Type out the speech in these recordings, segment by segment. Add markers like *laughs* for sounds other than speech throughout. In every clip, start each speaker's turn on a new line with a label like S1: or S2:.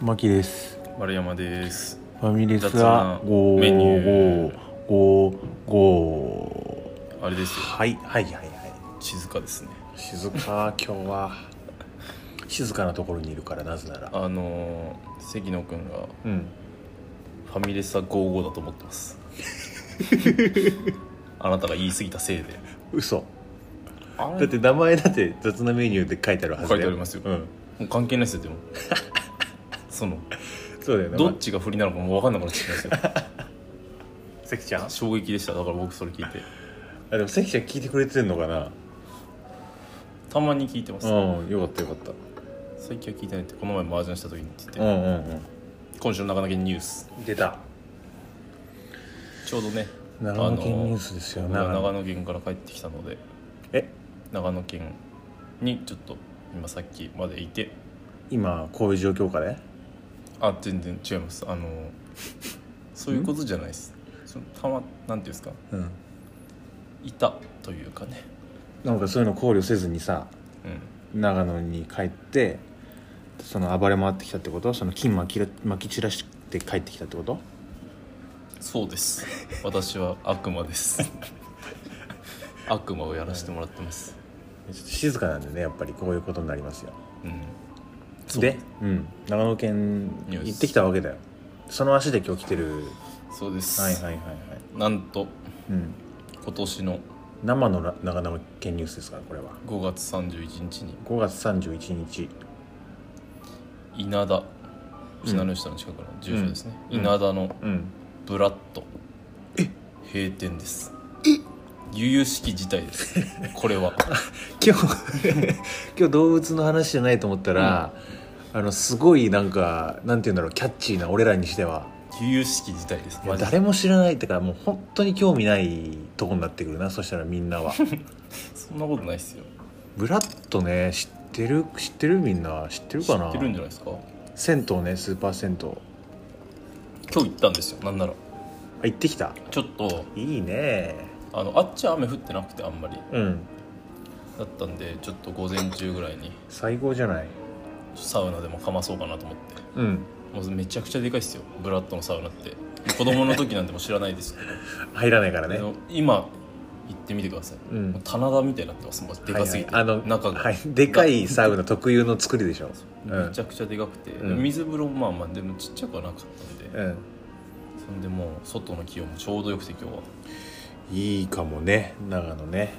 S1: マキです
S2: 丸山です
S1: ファミレス
S2: 雑
S1: は
S2: な
S1: ゴー
S2: メニュー
S1: ゴーゴーゴ
S2: あれです
S1: ー
S2: よ
S1: はいはいはいはい
S2: 静かですね
S1: 静か今日は静かなところにいるからなぜなら
S2: あのー関野くんが
S1: うん
S2: ファミレスは55だと思ってます *laughs* あなたが言い過ぎたせいで
S1: 嘘
S2: あ
S1: だって名前だって雑なメニューで書いてあるはずだよ
S2: 書いてありますよ
S1: うん、
S2: もう関係ないですよでもその
S1: そうだよね
S2: どっちが不利なのかもう分かんなくなってきましたよ
S1: 関ちゃんあ
S2: 衝撃でしただから僕それ聞いて
S1: でも関ちゃん聞いてくれてんのかな
S2: たまに聞いてます、
S1: うんよかったよかった
S2: 最近は聞いてないってこの前麻雀した時に聞いて、
S1: うんうん
S2: 今週の中抜けニュース
S1: うん出た
S2: ちょうどね
S1: 長野県
S2: あのー
S1: ニュースですよ
S2: 僕は
S1: 長野
S2: 長野県から帰ってきたので
S1: え
S2: 長野県にちょっと今さっきまでいて
S1: 今こういう状況下で
S2: あ全然違いますあのそういうことじゃないですそのたまなんていうんですか
S1: うん
S2: いたというかね
S1: なんかそういうの考慮せずにさ
S2: うん
S1: 長野に帰ってその暴れ回ってきたってことその金まきらまき散らして帰ってきたってこと
S2: そうです私は悪魔です
S1: *laughs*
S2: 悪魔をやらせてもらってます
S1: ちょっと静かなんでねやっぱりこういうことになりますよ
S2: うん
S1: で、うん、長野県
S2: ニュース
S1: 行ってきたわけだよその足で今日来てる
S2: そうです、
S1: はいはいはいはい、
S2: なんと
S1: うん、
S2: 今年の
S1: 生のら長野県ニュースですからこれは
S2: 5月31日に
S1: 5月31日
S2: 稲田
S1: うん
S2: 信濃下の近くの住所ですね、
S1: うん
S2: 稲田の
S1: うん
S2: ブラッド閉店です悠々しき事態です
S1: *laughs*
S2: これは
S1: 今日 *laughs* 今日動物の話じゃないと思ったら、あのすごいなんかなんて言うんだろうキャッチーな俺らにしては
S2: 悠々しき事態です
S1: いや
S2: マジで
S1: 誰も知らないってかもう本当に興味ないとこになってくるなそしたらみんな
S2: *laughs*
S1: は
S2: そんなことないですよ
S1: ブラッとね知ってる知ってるみんな知ってる
S2: 知
S1: かな
S2: ってるんじゃないですか
S1: 銭湯ねスーパー銭湯
S2: 今日行ったんですよなんなら
S1: あ行ってきた
S2: ちょっと
S1: いいね
S2: あのあっちは雨降ってなくてあんまり
S1: うん
S2: だったんでちょっと午前中ぐらいに
S1: 最高じゃない
S2: サウナでもかまそうかなと思って
S1: うん
S2: もうめちゃくちゃでかいっすよブラッドのサウナって子供の時なんてもう知らない
S1: *laughs*
S2: ですけど
S1: 入らないからね
S2: あの今行ってみてください、
S1: うん
S2: もう棚田みたいになってますもうでかすぎて、
S1: はいはいあの
S2: 中が、
S1: はい、でかいサウナ特有の作りでしょうん
S2: めちゃくちゃでかくて、
S1: うん
S2: 水風呂もまあまあでもちっちゃくはなかったんで、
S1: うん
S2: そんでもう外の気温もちょうどよくて今日はい
S1: いかもね長野ね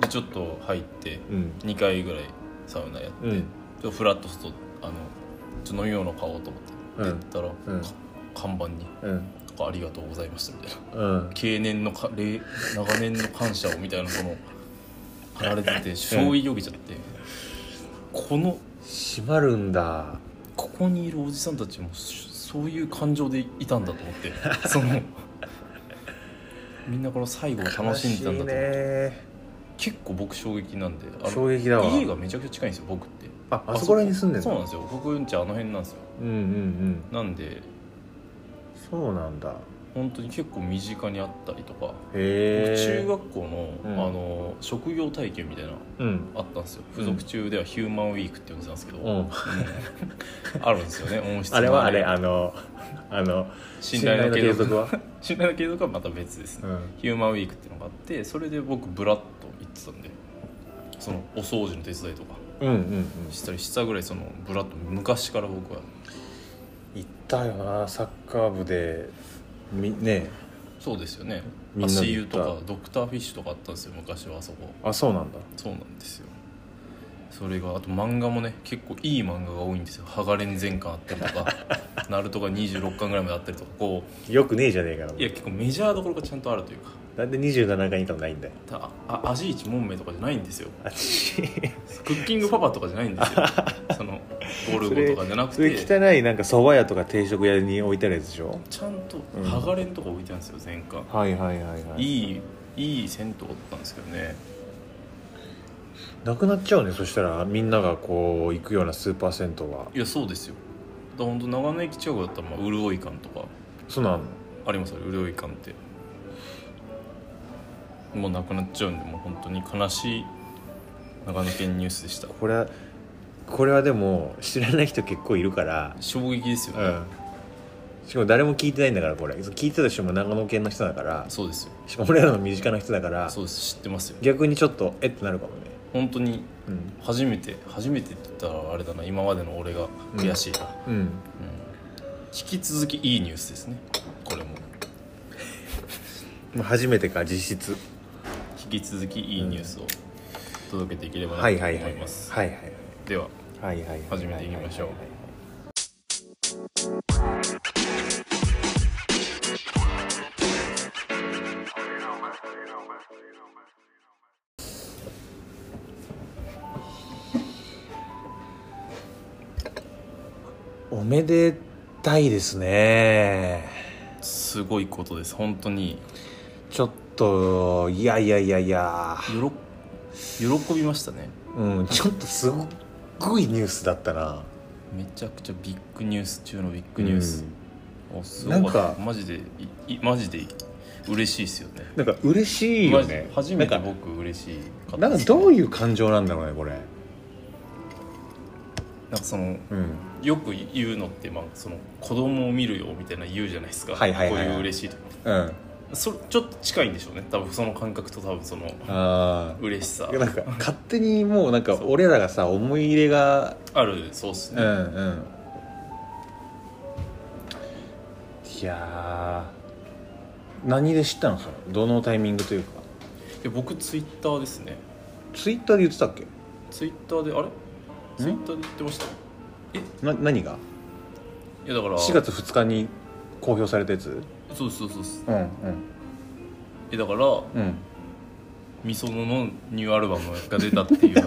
S2: でちょっと入って
S1: うん
S2: 2回ぐらいサウナやって、
S1: うん
S2: ちょっとフラッと外あのちょっと飲み物買おうと思って
S1: うん
S2: 行ったら、
S1: うん
S2: か看板に
S1: うん
S2: 「ありがとうございました」みたいな
S1: うん
S2: 経年のかれ長年の感謝をみたいなその貼られてて衝撃を受けちゃって、この
S1: 閉まるんだ
S2: ここにいるおじさんたちもそそういう感情でいたんだと思って
S1: *laughs*
S2: そのみんなこの最後を楽しんでたんだと思って、
S1: 悲しいね
S2: 結構僕衝撃なんであ
S1: 衝
S2: の
S1: 撃だわ
S2: 家がめちゃくちゃ近いんですよ僕って
S1: ああそこら辺に住んでる
S2: そうなんですよ僕んちあの辺なんですよ
S1: うんうんうん
S2: なんで
S1: そうなんだ
S2: 本当に結構身近にあったりとか、
S1: へえ
S2: 中学校の,、
S1: うん
S2: あの職業体験みたいなの
S1: うん
S2: あったんですよ付属中ではヒューマンウィークって呼んでたんですけど、
S1: うん
S2: あるんですよね音質の
S1: *laughs* あれはあれあのあ *laughs* の
S2: 信頼の継続
S1: は
S2: 信頼の継続はまた別ですね
S1: うん
S2: ヒューマンウィークっていうのがあってそれで僕ブラッと行ってたんでそのお掃除の手伝いとか
S1: うんうんうん
S2: したりしたぐらいそのブラッと昔から僕は
S1: 行ったよなサッカー部でみね
S2: そうですよね
S1: みんなで
S2: 足
S1: 行
S2: 湯
S1: った
S2: とかドクターフィッシュとかあったんですよ昔はあそこ
S1: あそうなんだ
S2: そうなんですよそれがあと漫画もね結構いい漫画が多いんですよ「ハガレン全巻」あったりと
S1: *laughs*
S2: か「ナルト」が26巻ぐらいまであったりとかこ
S1: よくねえじゃねえかな
S2: ういや結構メジャーどころがちゃんとあるというか
S1: なんで27回にいたのないんだよ
S2: たああ味一門名とかじゃないんですよ
S1: あち
S2: クッキングパパとかじゃないんです
S1: *laughs*
S2: よそのゴルゴとかじゃなく
S1: それ
S2: て
S1: 汚いなんか蕎麦屋とか定食屋に置いてあるやつでしょ
S2: ちゃんと
S1: うん
S2: 剥がれんとこ置いてあるんですよ前回、
S1: はいはいはいはい
S2: いいいい銭湯だったんですけどね
S1: なくなっちゃうねそしたらみんながこう行くようなスーパー銭湯はい
S2: やそうですよだから本当長野駅近くだったらまあ潤い館とか
S1: そうなの
S2: ありますよ潤い館ってもうなくなっちゃうんでもう本当に悲しい長野県ニュースでした
S1: これはこれはでも知らない人結構いるから
S2: 衝撃ですよ
S1: う
S2: ね、
S1: んしかも誰も聞いてないんだからこれ聞いてた人も長野県の人だから
S2: そうですよ
S1: しかも俺らの身近な人だから
S2: そうです知ってますよ
S1: 逆にちょっとえってなるかもね
S2: 本当に
S1: うん
S2: 初めて初めてって言ったらあれだな今までの俺が悔しいな、
S1: うん
S2: 引き続きいいニュースですねこれも
S1: まあ初めてか実質
S2: 引き続きいいニュースを届けていければなと
S1: は
S2: 思
S1: いはいはいはい
S2: います、
S1: はいはい
S2: では
S1: はいはい
S2: 始めていきましょう
S1: おめでたいですね
S2: すごいことです本当に
S1: ちょっといやいやいやいや
S2: よろ喜びましたね
S1: うんちょっとすっごいニュースだったな
S2: めちゃくちゃビッグニュース中のビッグニュース、おすご
S1: なん
S2: かっ
S1: か
S2: たマジでいいマジで嬉しいですよね
S1: うんなんか嬉しいよね
S2: マジで初めて
S1: なんか
S2: 僕嬉しいか
S1: なんかどう
S2: う
S1: いう感情なんだろうねこれ
S2: なんかその
S1: うん
S2: よく言うのって、まあ、その子供を見るよみたいな言うじゃないですか、
S1: はいはいはいはい
S2: こういう嬉しいとか
S1: うん
S2: それちょっと近いんでしょうね多分その感覚と多分その
S1: あ
S2: 嬉しさ
S1: あなんか勝手にもうなんか俺らがさ思い入れが
S2: あるそうっす
S1: う
S2: ね、
S1: んうんいやー何で知ったんですかどのタイミングというか
S2: で僕ツイッターですね
S1: ツイッターで言ってたっけ
S2: ツイッターであれツイッターで言ってました
S1: な何が
S2: いやだから
S1: 4月2日に公表されたやつ
S2: そうですそうですそうです
S1: うん
S2: えだから
S1: うんうん
S2: みそののニューアルバムが出たっていう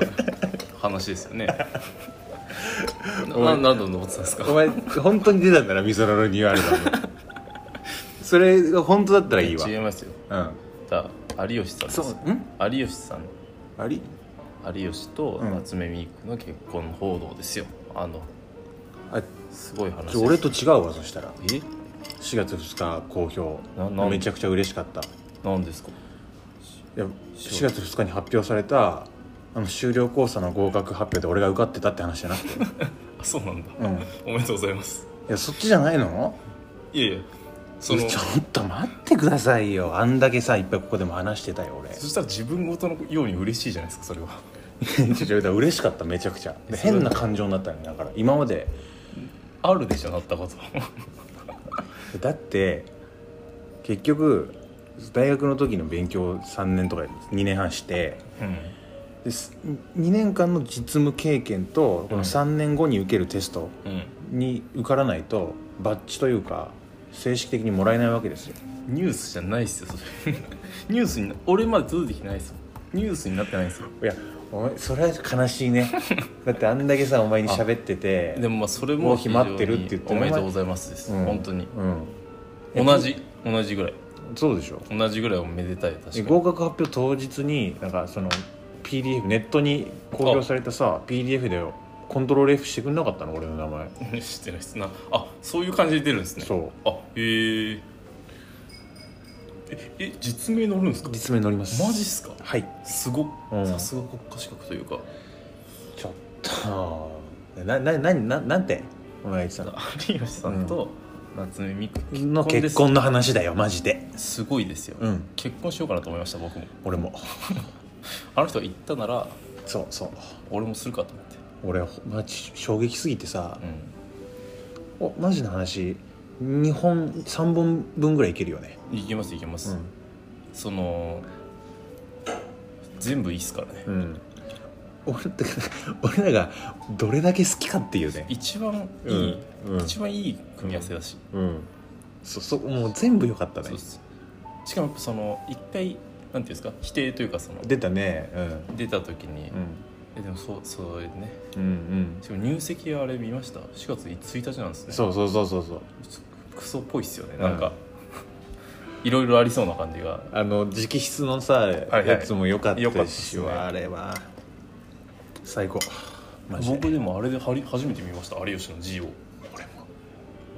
S2: 話です
S1: *laughs*
S2: よねな何度登ってたんですか
S1: お前本当に出たんだなみそらのニューアルバ *laughs* ムそれが本当だったらいいわ
S2: 違いますよ
S1: うん
S2: だ有吉さんです
S1: ん
S2: 有吉さん
S1: あり
S2: 有吉と
S1: うん
S2: 夏目みゆくの結婚報道ですよあの
S1: あ
S2: すごい話
S1: ち
S2: です
S1: ょ俺と違うわそしたら
S2: え
S1: 4月2日公
S2: な
S1: 表
S2: なん
S1: めちゃくちゃ嬉しかったい
S2: 何ですか
S1: や4月2日に発表されたあの修了講座の合格発表で俺が受かってたって話じゃな
S2: *laughs*
S1: くて
S2: あそうなんだ
S1: うんい
S2: おめでとうございます
S1: やそっちじゃないの
S2: いやいや
S1: ち
S2: そ
S1: ょ
S2: の
S1: っと待ってくださいよあんだけさいっぱいここでも話してたよ俺
S2: そしたら自分ごとのように嬉しいじゃないですかそれは
S1: ちょちょだから嬉しかっためちゃくちゃで
S2: それ
S1: 変な感情になったのよだから今まで
S2: あるでしょなったこと
S1: だって結局大学の時の勉強3年とか2年半して
S2: うん
S1: で2年間の実務経験とこ
S2: うん
S1: の3年後に受けるテスト
S2: うん
S1: に受からないとバッジというか正式的にもらえないわけですよ
S2: ニュースじゃないっすよそれ *laughs* ニュースにな俺まで続いてきてないっすよニュースになってないっすよ
S1: いやお前それは悲しい *laughs* ねだってあんだけさお前に喋ってて
S2: でもまあそれ
S1: も
S2: も
S1: う決まってるって言って
S2: 非常におめでとうございますです、
S1: うん
S2: 本当に
S1: うん
S2: 同じ同じぐらい
S1: そうでしょ
S2: 同じぐらいおめでたい確か
S1: で
S2: に
S1: 合格発表当日になんかその PDF ネットに公表されたさ PDF でコントロール F してくんなかったの俺の名前
S2: *laughs* 知ってないっすなあそういう感じで出るんですね
S1: そう
S2: あへえええ実名載るんですか
S1: 実名載ります
S2: マジっすか
S1: はい
S2: すごっ
S1: うん
S2: さすが国家資格というか
S1: ちょっとなななななんてお前言ってたの
S2: 有吉さんと夏目みく
S1: の結婚の話だよマジです
S2: ごいですよ、
S1: うん
S2: 結婚しようかなと思いました僕も
S1: 俺も
S2: あの人が言ったなら
S1: そうそう
S2: 俺もするかと思って
S1: 俺ほマジ衝撃すぎてさ
S2: う、
S1: おマジの話2本3本分ぐらいいけるよね
S2: んいけますいけます、その全部いいっすからね、
S1: うん、うん、俺って *laughs* 俺らがどれだけ好きかっていうね
S2: 一番い
S1: うん
S2: い、
S1: うん
S2: 一番いい組み合わせだし、
S1: うんそそもう全部良かったね
S2: そうっすしかもやっぱその一回なんていうんですか否定というかその
S1: 出たねうん
S2: 出た時に、
S1: うん
S2: えでもそうそうね
S1: うん
S2: しかも入籍あれ見ました4月1日なんです
S1: う
S2: ね
S1: んそうそうそうそうそう
S2: クソっぽいっすよね
S1: うん
S2: なんか、 *laughs* いろいろありそうな感じが
S1: あの直筆のさ、
S2: はい
S1: やつも良かったし
S2: 良かったっすね
S1: あれは最高マジで
S2: 僕でもあれではり初めて見ました有吉の字を
S1: 俺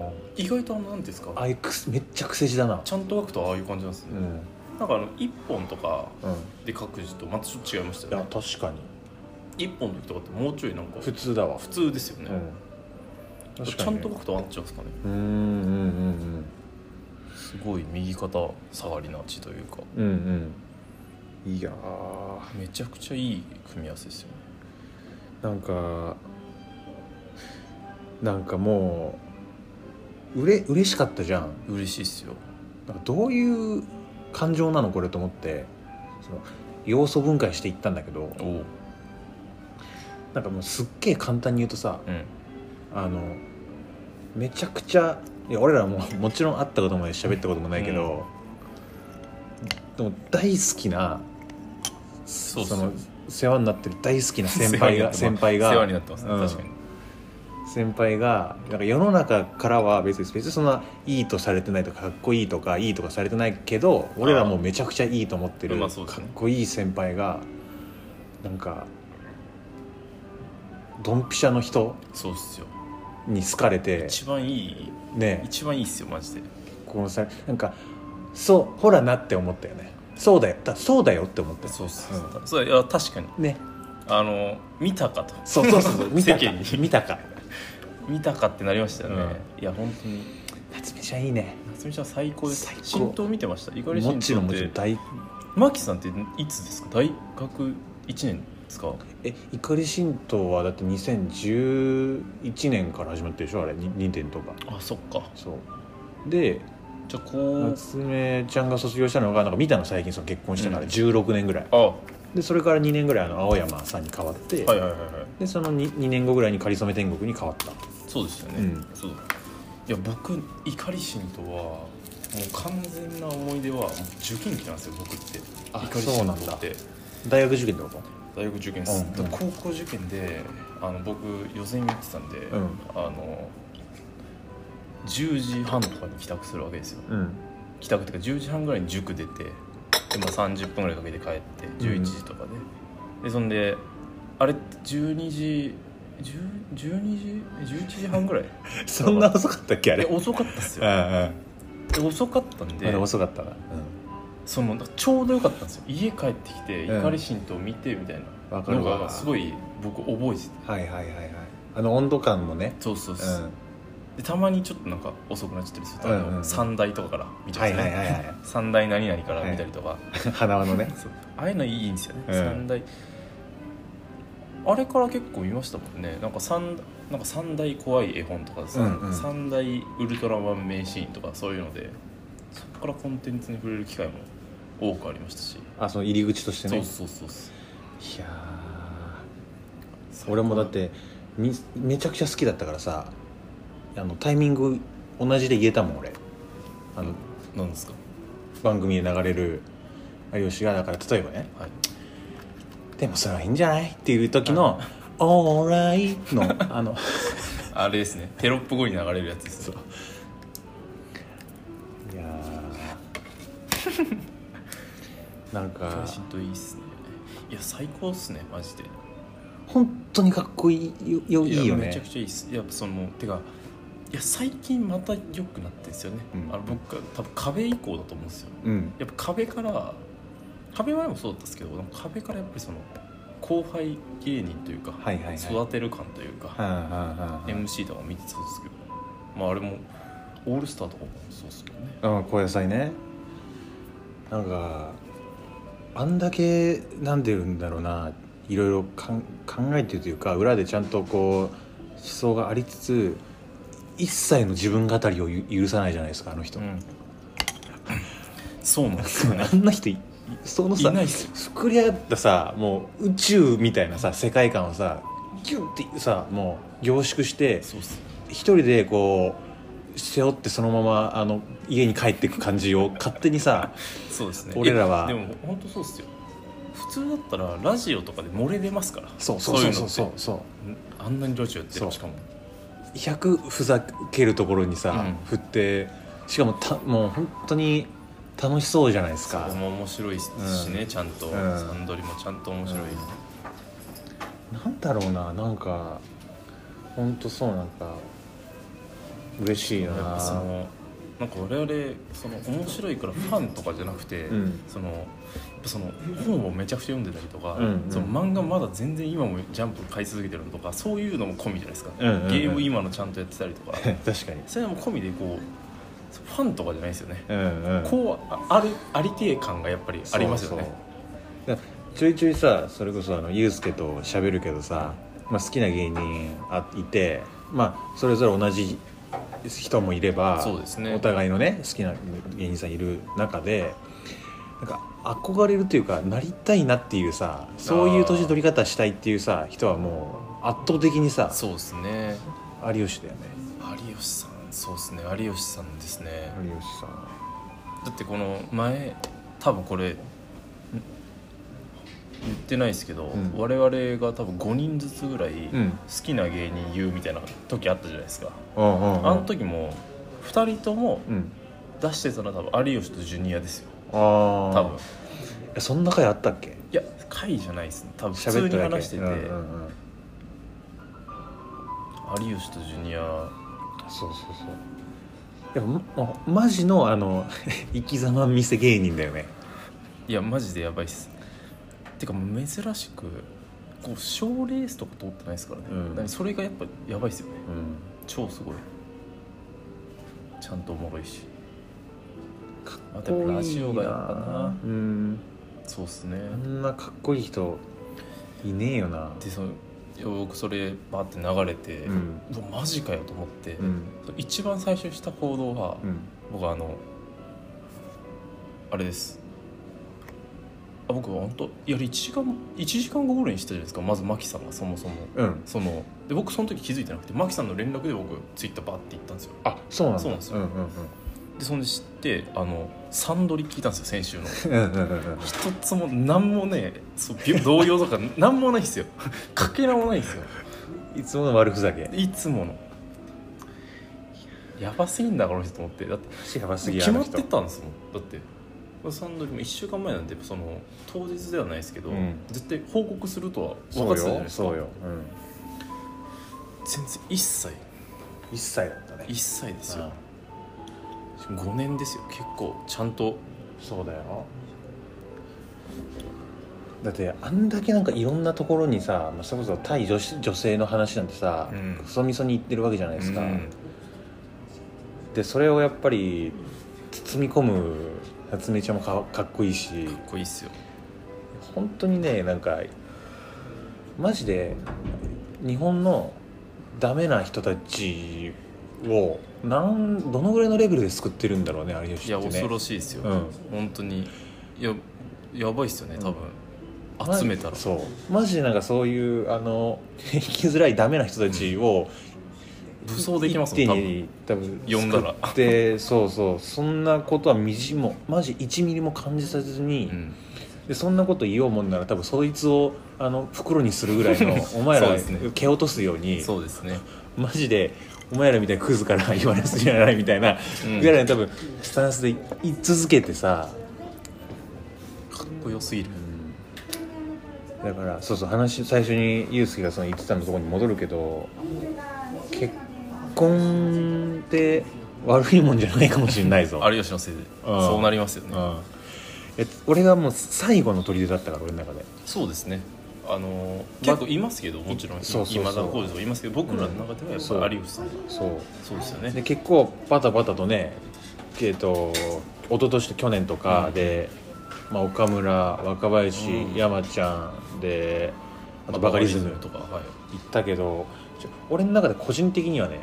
S1: も
S2: 意外とあのなんていうんです
S1: あ
S2: か
S1: あいうくすめっちゃ癖字だな
S2: ちゃんと書くとああいう感じなんですね、
S1: うんうん
S2: なんかあの1本とかで書く字とまたちょっと違いまし
S1: い
S2: たよ
S1: や
S2: ね
S1: 確かに
S2: 1本の時とかってもうちょいなんか
S1: 普通だわ
S2: 普通ですよね、
S1: うん、
S2: ちゃんと書
S1: ね
S2: くとあっちゃうんですかね
S1: うんうん
S2: すごい右肩下がりなちというか
S1: うんうんうんうんいやー
S2: めちゃくちゃいい組み合わせですよね
S1: なんかなんかもううれ嬉しかったじゃん
S2: 嬉しいっすよ
S1: なんかどういう感情なのこれと思ってその要素分解していったんだけど
S2: おお
S1: なんかもうすっげえ簡単に言うとさ
S2: うん
S1: あのめちゃくちゃいや俺らももちろん会ったこともないし喋ったこともないけど、でも大好きな
S2: そうっす
S1: その世話になってる大好きな先輩が
S2: 世話
S1: 先輩
S2: になってます
S1: が
S2: 世話になってますね、
S1: うん
S2: 確かに
S1: 先輩がなんか世の中からは別に別にそんないいとされてないとかかっこいいとかいいとかされてないけど俺らもめちゃくちゃいいと思ってる
S2: ま
S1: か
S2: あ
S1: っ
S2: そうですね
S1: こいい先輩がなんかドンピシャの人
S2: そうっすよ
S1: に好かれて
S2: 一番いい
S1: ね
S2: 一番いいっすよマジで
S1: このさなんかそうほらなって思ったよねそうだよだそうだよって思ったよ
S2: そうっす、そういや確かに
S1: ね
S2: あの見たかと
S1: そうそうそうそ
S2: *laughs*
S1: う見たか
S2: 世間に
S1: 見たか
S2: 見たかってなりましたよね、いや本当に
S1: 夏目ちゃんいいね
S2: 夏美ちゃん最高です
S1: 最高
S2: 浸透見てましたいかり
S1: も
S2: 浸
S1: ちろ
S2: 透
S1: ん
S2: っ
S1: もちろん
S2: て
S1: 大
S2: マキさんっていつですか大学1年ですか
S1: え怒り神道はだって2011年から始まってるでしょあれに2点とか
S2: あそっか
S1: そうで
S2: じゃあこう
S1: 夏目ちゃんが卒業したのがなんか見たの最近その結婚したから
S2: うん
S1: 16年ぐらい、
S2: あは
S1: でそれから2年ぐらいあの青山さんに変わって、
S2: いはいはいはい
S1: でその 2, 2年後ぐらいに「かりそめ天国」に変わった
S2: そうですよね、
S1: うん
S2: そうだいや僕怒り神とはもう完全な思い出はもう受験期なんですよ僕って
S1: あ
S2: 怒り
S1: そうな
S2: 神
S1: ん
S2: と
S1: だ
S2: って
S1: 大学受験ってこと
S2: 大学受験です、
S1: うんうん
S2: だから高校受験であの僕予選行ってたんで、
S1: うん
S2: あの10時半とかに帰宅するわけですよ
S1: うん
S2: 帰宅っていうか10時半ぐらいに塾出てで、まあ、30分ぐらいかけて帰って11時とかで、でそんであれって12時10 12時え11時半ぐらい
S1: そんな遅かったっけ *laughs* あ
S2: え
S1: れ
S2: 遅かったっす
S1: うんう
S2: よ
S1: ん
S2: で遅かったん
S1: あ
S2: で
S1: れ遅かったな
S2: そのちょうどよかったんですよ家帰ってきて
S1: うん
S2: 怒り神と見てみたい
S1: わか
S2: なの
S1: る
S2: が
S1: わ
S2: すごい僕覚えてて
S1: はいはいはいはいあの温度感もね
S2: そうそう
S1: う
S2: そ
S1: ん
S2: う、でたまにちょっとなんか遅くなっちゃったりすると、
S1: うんうん
S2: あ
S1: う
S2: の
S1: ん
S2: 三大とかから見ちゃ
S1: は
S2: うん
S1: い
S2: です
S1: は
S2: よ
S1: い
S2: ね、
S1: はい
S2: *laughs*
S1: は
S2: 三大何々から見たりとか、
S1: い花輪のね
S2: そうああいうのいいんですよね、
S1: うん
S2: 三大あれから結構見ましたもんねなんか三なんか三大怖い絵本とかさ、
S1: うんうん
S2: 三大ウルトラマン名シーンとかそういうのでそこからコンテンツに触れる機会も多くありましたし、
S1: あその入り口として
S2: そ
S1: ね
S2: うそうそうそ
S1: いやー
S2: う
S1: 俺もだってみめちゃくちゃ好きだったからさあのタイミング同じで言えたもん俺あの
S2: なんですか
S1: 番組で流れる有吉がだから例えばね
S2: はい
S1: 「でもそれはいいんじゃない?」っていう時の「オーライ」の
S2: *laughs*
S1: あの
S2: あれですねテロップ後に流れるやつですね
S1: いやーなんか
S2: 写真といいっすねいや最高っすねマジで
S1: 本当にかっこいいよよいいよ
S2: やめちゃ
S1: ね
S2: くちゃいいっすやっぱそのてかいや最近また良くなってんですよね、
S1: うん
S2: あの僕が多分壁以降だと思うんですよ
S1: うん
S2: やっぱ壁から壁前もそうだったんですけどなんか壁からやっぱりその後輩芸人というか、
S1: はいはいはい
S2: 育てる感という
S1: は
S2: か、
S1: んはんはん
S2: MC とかも見てそうですけどまああれもオールスターとかもそうっすけどね
S1: うん高野菜ねなんかあんだけなんて言うんだろうないろいろかん考えてるというか裏でちゃんとこう思想がありつつ一切の自分語りをゆ許さないじゃないですかあの人、
S2: うんそうなんですよね
S1: あんな人い *laughs* いその
S2: い
S1: さ
S2: ないっすよ
S1: 膨れ合ったさもう宇宙みたいなさ世界観をさギュッてさもう凝縮して
S2: そうっす
S1: 一人でこう背負ってそのままあの家に帰っていく感じを勝手にさ
S2: そうですね
S1: 俺らはい
S2: やでも本当そうっすよ普通だったらラジオとかで漏れ出ますから
S1: そうそうそうそう
S2: い
S1: そう
S2: のって
S1: そうん
S2: あんなにラジオやって
S1: そ
S2: る
S1: う
S2: しかも
S1: 100ふざけるところにさ、
S2: うん
S1: 振ってしかもたもう本当に楽しそうじゃないです
S2: そ
S1: か
S2: こも面白いしね、ちゃんと、
S1: ん
S2: サンドリもちゃんと面白い、
S1: うんなんだろうななんか本当そうなんか嬉しい
S2: やっぱそ
S1: な
S2: のなんか我々その面白いからファンとかじゃなくて、
S1: うん *laughs*
S2: そのやっぱその本をめちゃくちゃ読んでたりとか、
S1: うんうん
S2: その漫画まだ全然今もジャンプ買い続けてるのとかそういうのも込みじゃないですか、
S1: うんうんうん
S2: ゲーム今のちゃんとやってたり
S1: *laughs*
S2: とか
S1: 確かに
S2: それも込みでこうファンとかじゃないですよね
S1: うんうん
S2: こうああるありてえ感がやっぱりありますよ
S1: そ
S2: ね
S1: うそうだからちょいちょいさそれこそあのユうスケと喋るけどさ、まあ、好きな芸人あいて、まあ、それぞれ同じ人もいれば
S2: そうですね
S1: お互いのね好きな芸人さんいる中でなんか憧れるというかなりたいなっていうさそういう年取り方したいっていうさ人はもう圧倒的にさ
S2: そうですね
S1: 有吉だよね
S2: 有吉さんそうですね有吉さんですね
S1: 有吉さん
S2: だってこの前多分これん言ってないですけど、
S1: うん
S2: 我々が多分5人ずつぐらい好
S1: うん
S2: きな芸人言うみたいな時あったじゃないですか、
S1: うんうんうん
S2: あの時も2人とも
S1: うん
S2: 出してたのは多分有吉とジュニアですよ
S1: ああ
S2: 多分
S1: えそんな回あったっけ
S2: いや回じゃないですね多分普
S1: 喋
S2: 通
S1: っ
S2: に
S1: ただけ
S2: 話してて、
S1: うんうんうん
S2: 有吉とジュニア
S1: そうそうそういやまマジのあの *laughs* 生き様見せ芸人だよね
S2: いやマジでやばいっすてかもう珍しくこう賞レースとか通ってないですからね、
S1: うん
S2: だからそれがやっぱやばいっすよね
S1: うん
S2: 超すごいちゃんとおもろいし
S1: か
S2: またやっぱラジオがやっぱな
S1: うん
S2: そうっすね
S1: あんなかっこいい人いねえよな
S2: でそのよくそれバーって流れて、
S1: うん
S2: うわマジかよと思って、
S1: うん
S2: 一番最初にした行動は、
S1: うん
S2: 僕あのあれですあ僕は本当いや1時間一時間後ぐらいにしたじゃないですかまずマキさんがそもそも
S1: うん
S2: そので僕その時気づいてなくてマキさんの連絡で僕ツイッターバーって行ったんですよ
S1: あそうなんだ
S2: そうなんですよ
S1: うんうん
S2: でそんで知ってあのサンドリ聞いたんですよ先
S1: *laughs*
S2: 週の
S1: うんうんうんうん
S2: 一つも何もねそうび動揺とか *laughs* 何もないんですよかけらもないんですよ
S1: いつもの悪ふざけ
S2: いつものやばすぎんだこの人と思ってだって
S1: やばすぎや
S2: 決まってたんですもんだってサンドリも1週間前なんでその当日ではないですけど、
S1: うん
S2: 絶対報告するとは分
S1: そ
S2: かっ
S1: う
S2: てたじゃない
S1: よ
S2: ですか
S1: そうよ、うん、
S2: 全然一切
S1: 一切だったね
S2: 一切ですよ
S1: うん
S2: 5年ですよ結構ちゃんと
S1: そうだよだってあんだけなんかいろんなところにさ、まあ、それこそ対女子女性の話なんてさ、
S2: うん
S1: クソみそに言ってるわけじゃないですか、
S2: うん
S1: でそれをやっぱり包み込む夏目ちゃんもかかっこいいし
S2: かっこいいっすよ
S1: 本当にねなんかマジで日本のダメな人たちをなんどのぐらいのレベルで救ってるんだろうね有
S2: い
S1: 吉
S2: や
S1: ってね
S2: 恐ろしいですよ、
S1: うん
S2: 本当にいややばいっすよね多分、集めたら
S1: そうマジでなんかそういうあの *laughs* 引きづらいダメな人たちを
S2: 武装できますもん
S1: 一手
S2: 多分
S1: に多分
S2: 呼んだら
S1: 作ってそうそうそんなことはみじもマジ1ミリも感じさせずに、
S2: うん
S1: でそんなこと言おうもんなら多分そいつをあの袋にするぐらいのお前
S2: *laughs* そう
S1: ら
S2: ですね
S1: 蹴落とすように
S2: そうですね、
S1: マジでお前らみたいなクズから言われすぎじゃないみたいな
S2: うん
S1: ぐらい
S2: か
S1: の多分スタンスで言い続けてさ
S2: っこよすぎる
S1: だからそうそう話最初にユうスケがその言ってたのところに戻るけど結婚って悪いもんじゃないかもしれないぞ
S2: 有吉のせいでそうなりますよね
S1: うんえ俺がもう最後の砦だったから俺の中で
S2: そうですねあの
S1: 結
S2: 結
S1: 構
S2: 構いますけどもちろん
S1: そうそうそう
S2: 今田耕司とかいますけど僕らの中ではやっぱ有吉さんが
S1: そう
S2: そうですよ
S1: で
S2: ね
S1: 結構バタバタとねえっと一昨年と去年とかで、まあ、岡村若林、
S2: うん
S1: 山ちゃんであと
S2: ま
S1: バカリズム
S2: とかはい
S1: 行ったけどちょ俺の中で個人的にはね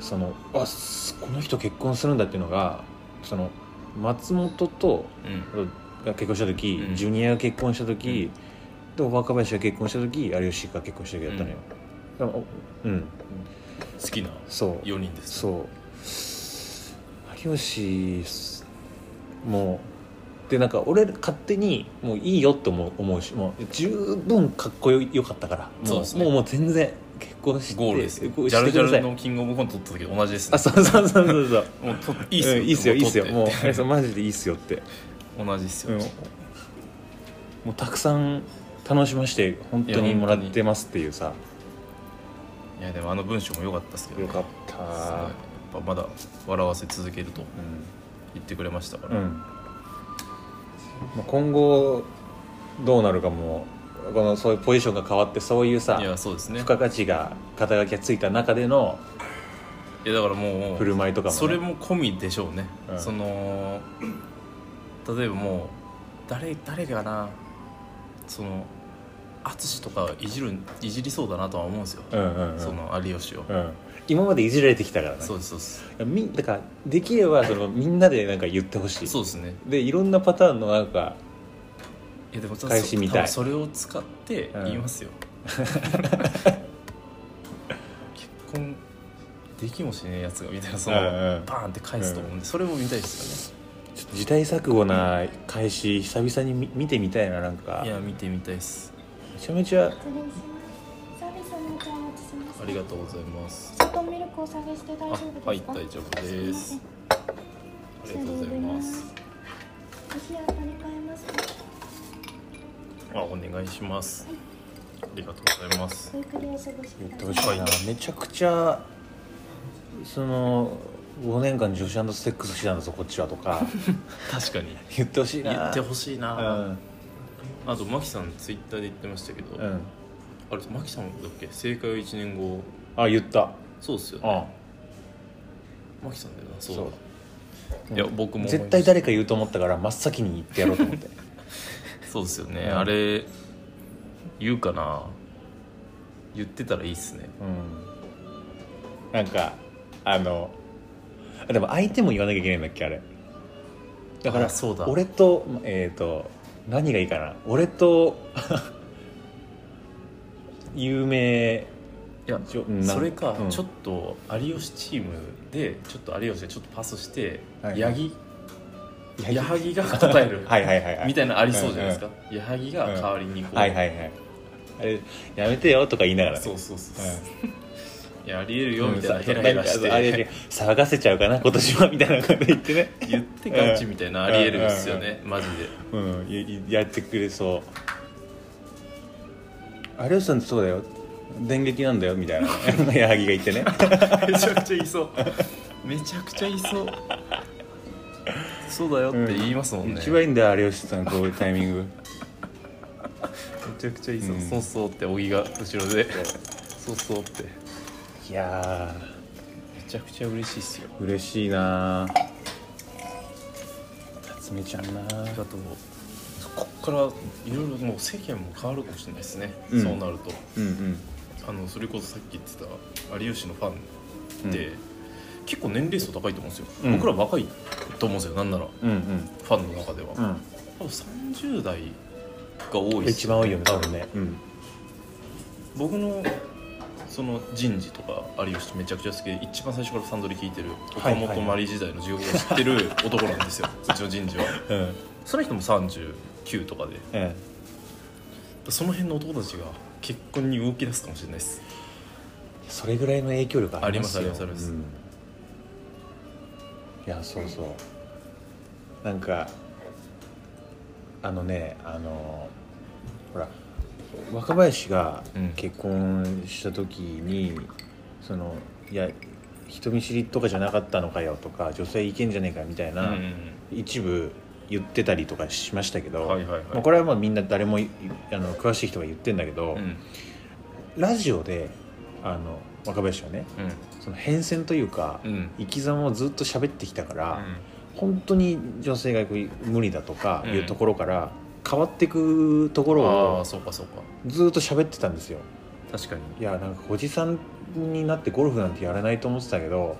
S1: そのあすこの人結婚するんだっていうのがその松本と
S2: うん
S1: が結婚した時、
S2: うん
S1: ジュニアが結婚した時、で若林が結婚した時有吉が結婚した時だったのよ、だからおうん、
S2: 好きな
S1: そう
S2: 4人です
S1: そう有吉もうでなんか俺勝手にもういいよって思う思うしもう十分かっこよよかったからも
S2: そうですね
S1: もうもう全然結婚して
S2: ゴールですね
S1: 結
S2: ジ
S1: 婚
S2: ャルジャル
S1: い
S2: のキングオブコント撮った時と同じですね
S1: あそうそうそうそうそう
S2: もうと
S1: い
S2: *laughs* いいっすよ、
S1: いいっすよいいっすよ
S2: 撮って
S1: もうあれそうマジでいいっすよって、
S2: 同じです
S1: うん
S2: よ、
S1: もうたくさん楽しまして本当
S2: い
S1: に
S2: や
S1: もらってますっていうさ
S2: いやでもあの文章も良かったですけど、
S1: よ
S2: ね、
S1: かった
S2: ぱまだ笑わせ続けると
S1: うん
S2: 言ってくれましたか
S1: う
S2: ら、
S1: んまあ今後どうなるかもこのそういうポジションが変わってそういうさ
S2: いやそうですね
S1: 付加価値が肩書きがついた中での
S2: いやだからもう
S1: 振る舞いとかもね、
S2: それも込みでしょうね、
S1: うん
S2: その例えばもう誰誰がなその淳とかいじるいじりそうだなとは思うんですよ、
S1: うんうんうん
S2: その有吉を、
S1: うん、今までいじられてきたからね
S2: そうですそうです
S1: みだからできればそのみんなでなんか言ってほしい
S2: そうですね
S1: でいろんなパターンのなんか
S2: いやでも
S1: 返し見たい
S2: 多分それを使って言
S1: *laughs*
S2: いますよ、結婚できもしねえやつがみたいなその、
S1: うんうん
S2: バーンって返すと思うんで、それも見たいです
S1: ちょっと時代錯誤な開始久々に見見てみたいななん
S2: よ
S1: か
S2: ね
S1: め
S2: いや見てみたいです
S1: ちゃめちゃ
S3: 失礼します。サービスのお茶をお持ちします。
S2: ありがとうございます
S3: 砂糖ミルクをお下げして大丈夫ですか。
S2: あはい大丈夫です
S3: いま
S2: あり
S3: せん
S2: がとうございます。
S3: 失礼になりますお冷や取り替えますか。
S2: あお願いしますありがとうございます
S3: ごゆっくりお過ごし
S1: 言っ
S3: く
S1: て
S3: だ
S1: ほ
S3: さ
S1: し
S3: い。
S1: いなめちゃくちゃその5年間女子セックスしてたんだぞこっちはと
S2: *laughs*
S1: か
S2: 確かに
S1: 言ってほしいな
S2: 言って
S1: し
S2: ほしい
S1: い
S2: な、あとマキさんツイッターで言ってましたけど、
S1: うん、うん、
S2: あれマキさんだっけ正解は1年後
S1: あ言った
S2: そうっすよね
S1: あ
S2: マキさんだよな
S1: そ
S2: そうう
S1: うん
S2: いや僕も思いました
S1: 絶対誰か言うと思ったから真っ先に言ってやろうと思って
S2: *laughs* そうですよね、
S1: うん
S2: あれ言うかな言ってたらいいっすね
S1: うんなんかあのあでも相手も言わなきゃいけないんだっけあれだから
S2: あそうだ
S1: 俺とえっ、と何がいいかな俺と *laughs* 有名
S2: いや
S1: ちょうん
S2: それか、
S1: うん
S2: ちょっと有吉チームでちょっと有吉がちょっとパスして、
S1: はい
S2: ヤギ
S1: ヤ
S2: 矢作が答え
S1: *laughs*
S2: る
S1: はいはいはいはい
S2: みたいなのありそうじゃないですか、矢作が代わりにこう、
S1: はいはいはいあれやめてよとか言いながらね
S2: そうそうそう、いやありえるよみたいな
S1: うん
S2: ヘラヘラして、
S1: あれあれ騒がせちゃうかな今年はみたいなこと言ってね
S2: 言ってガチみたいなありえるっすよね、マジで
S1: うんややってくれそう有吉さんってそうだよ電撃なんだよみたい
S2: *laughs*
S1: な矢作が言ってね
S2: めちゃくちゃいそうめちゃくちゃいそうそうだよって言いますもんね、
S1: 一番いいんだよ有吉さんこういうタイミング
S2: めちゃくちゃいいそう、
S1: うん
S2: そうそうって小木が後ろでそうそうって
S1: いや
S2: めちゃくちゃ嬉しいっすよ
S1: ー嬉しいな夏目ちゃんな
S2: ありがとうこっからいろいろもう世間も変わるかもしれないですね、
S1: うん
S2: そうなると
S1: うんうん
S2: あのそれこそさっき言ってた有吉のファンって、
S1: う
S2: 結構年齢層高いと思うんですよ、
S1: うん
S2: 僕ら若いと思うんですよなんなら
S1: うんうん
S2: ファンの中では、
S1: う
S2: 多
S1: ん
S2: 分30代が多いっす
S1: 一番多いよね多分ねうん
S2: 僕のその人事とか有吉めちゃくちゃ好きで一番最初からサンドリ聞いてる
S1: は
S2: 岡
S1: いはい
S2: 本真理時代の授業を知ってる男なんですよ *laughs* うちの人事は
S1: うん
S2: その人も39とかで
S1: うん
S2: その辺の男たちが結婚に動き出すかもしれないです
S1: それぐらいの影響力ありますよ
S2: ありますありますあります
S1: うんいやそうそうなんかあのねあのほら若林が
S2: うん
S1: 結婚した時に、そのいや人見知りとかじゃなかったのかよとか女性いけんじゃねえかみたい
S2: うん
S1: な、一部言ってたりとかしましたけど、
S2: はいはいはい
S1: まあ、これはまあみんな誰もいあの詳しい人が言ってんだけど、
S2: うんうん
S1: ラジオであの若林はねその変遷というか、
S2: うんうん
S1: 生き様をずっと喋ってきたから、本当に女性がこう無理だとか
S2: うん
S1: いうところから変わっていくところ
S2: あ
S1: を
S2: あそうかそうか
S1: ずっと喋ってたんですよ。
S2: 確かに
S1: いやなんかおじさんになってゴルフなんてやらないと思ってたけど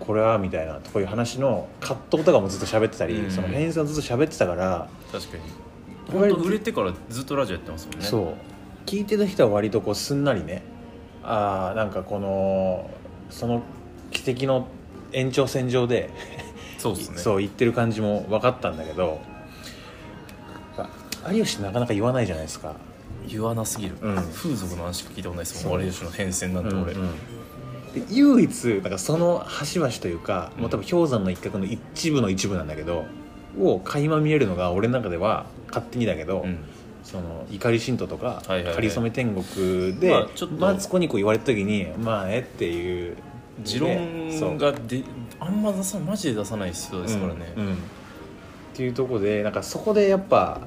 S1: これはみたいなこういう話の葛藤とかもずっと喋ってたり、
S2: うん
S1: その変遷をずっと喋ってたから、
S2: 確かに
S1: これ
S2: 本当売れてからずっとラジオやってますもんね
S1: そう聞いてた人は割とこうすんなりねああなんかこのその奇跡の延長線上で
S2: そうですね
S1: そう言ってる感じも分かったんだけど有吉ってなかなか言わないじゃないですか
S2: 言わなすぎる、
S1: うん
S2: 風俗の話しか聞いたことないですも
S1: そ
S2: ん
S1: う
S2: 有吉の変遷なんて
S1: うんう
S2: 俺、
S1: んで唯一なんかその端々というか、
S2: うん
S1: もう多分氷山の一角の一部の一部なんだけどを垣間見えるのが俺の中では勝手にだけど、
S2: うん
S1: その怒り神道とか
S2: はいはいはい
S1: かりそめ天国」で、
S2: まあちょっと
S1: マツコにこう言われた時に「まあね」っていう
S2: 持論がで、あんま出さマジで出さない人ですからね、
S1: うんうんっていうとこでなんかそこでやっぱ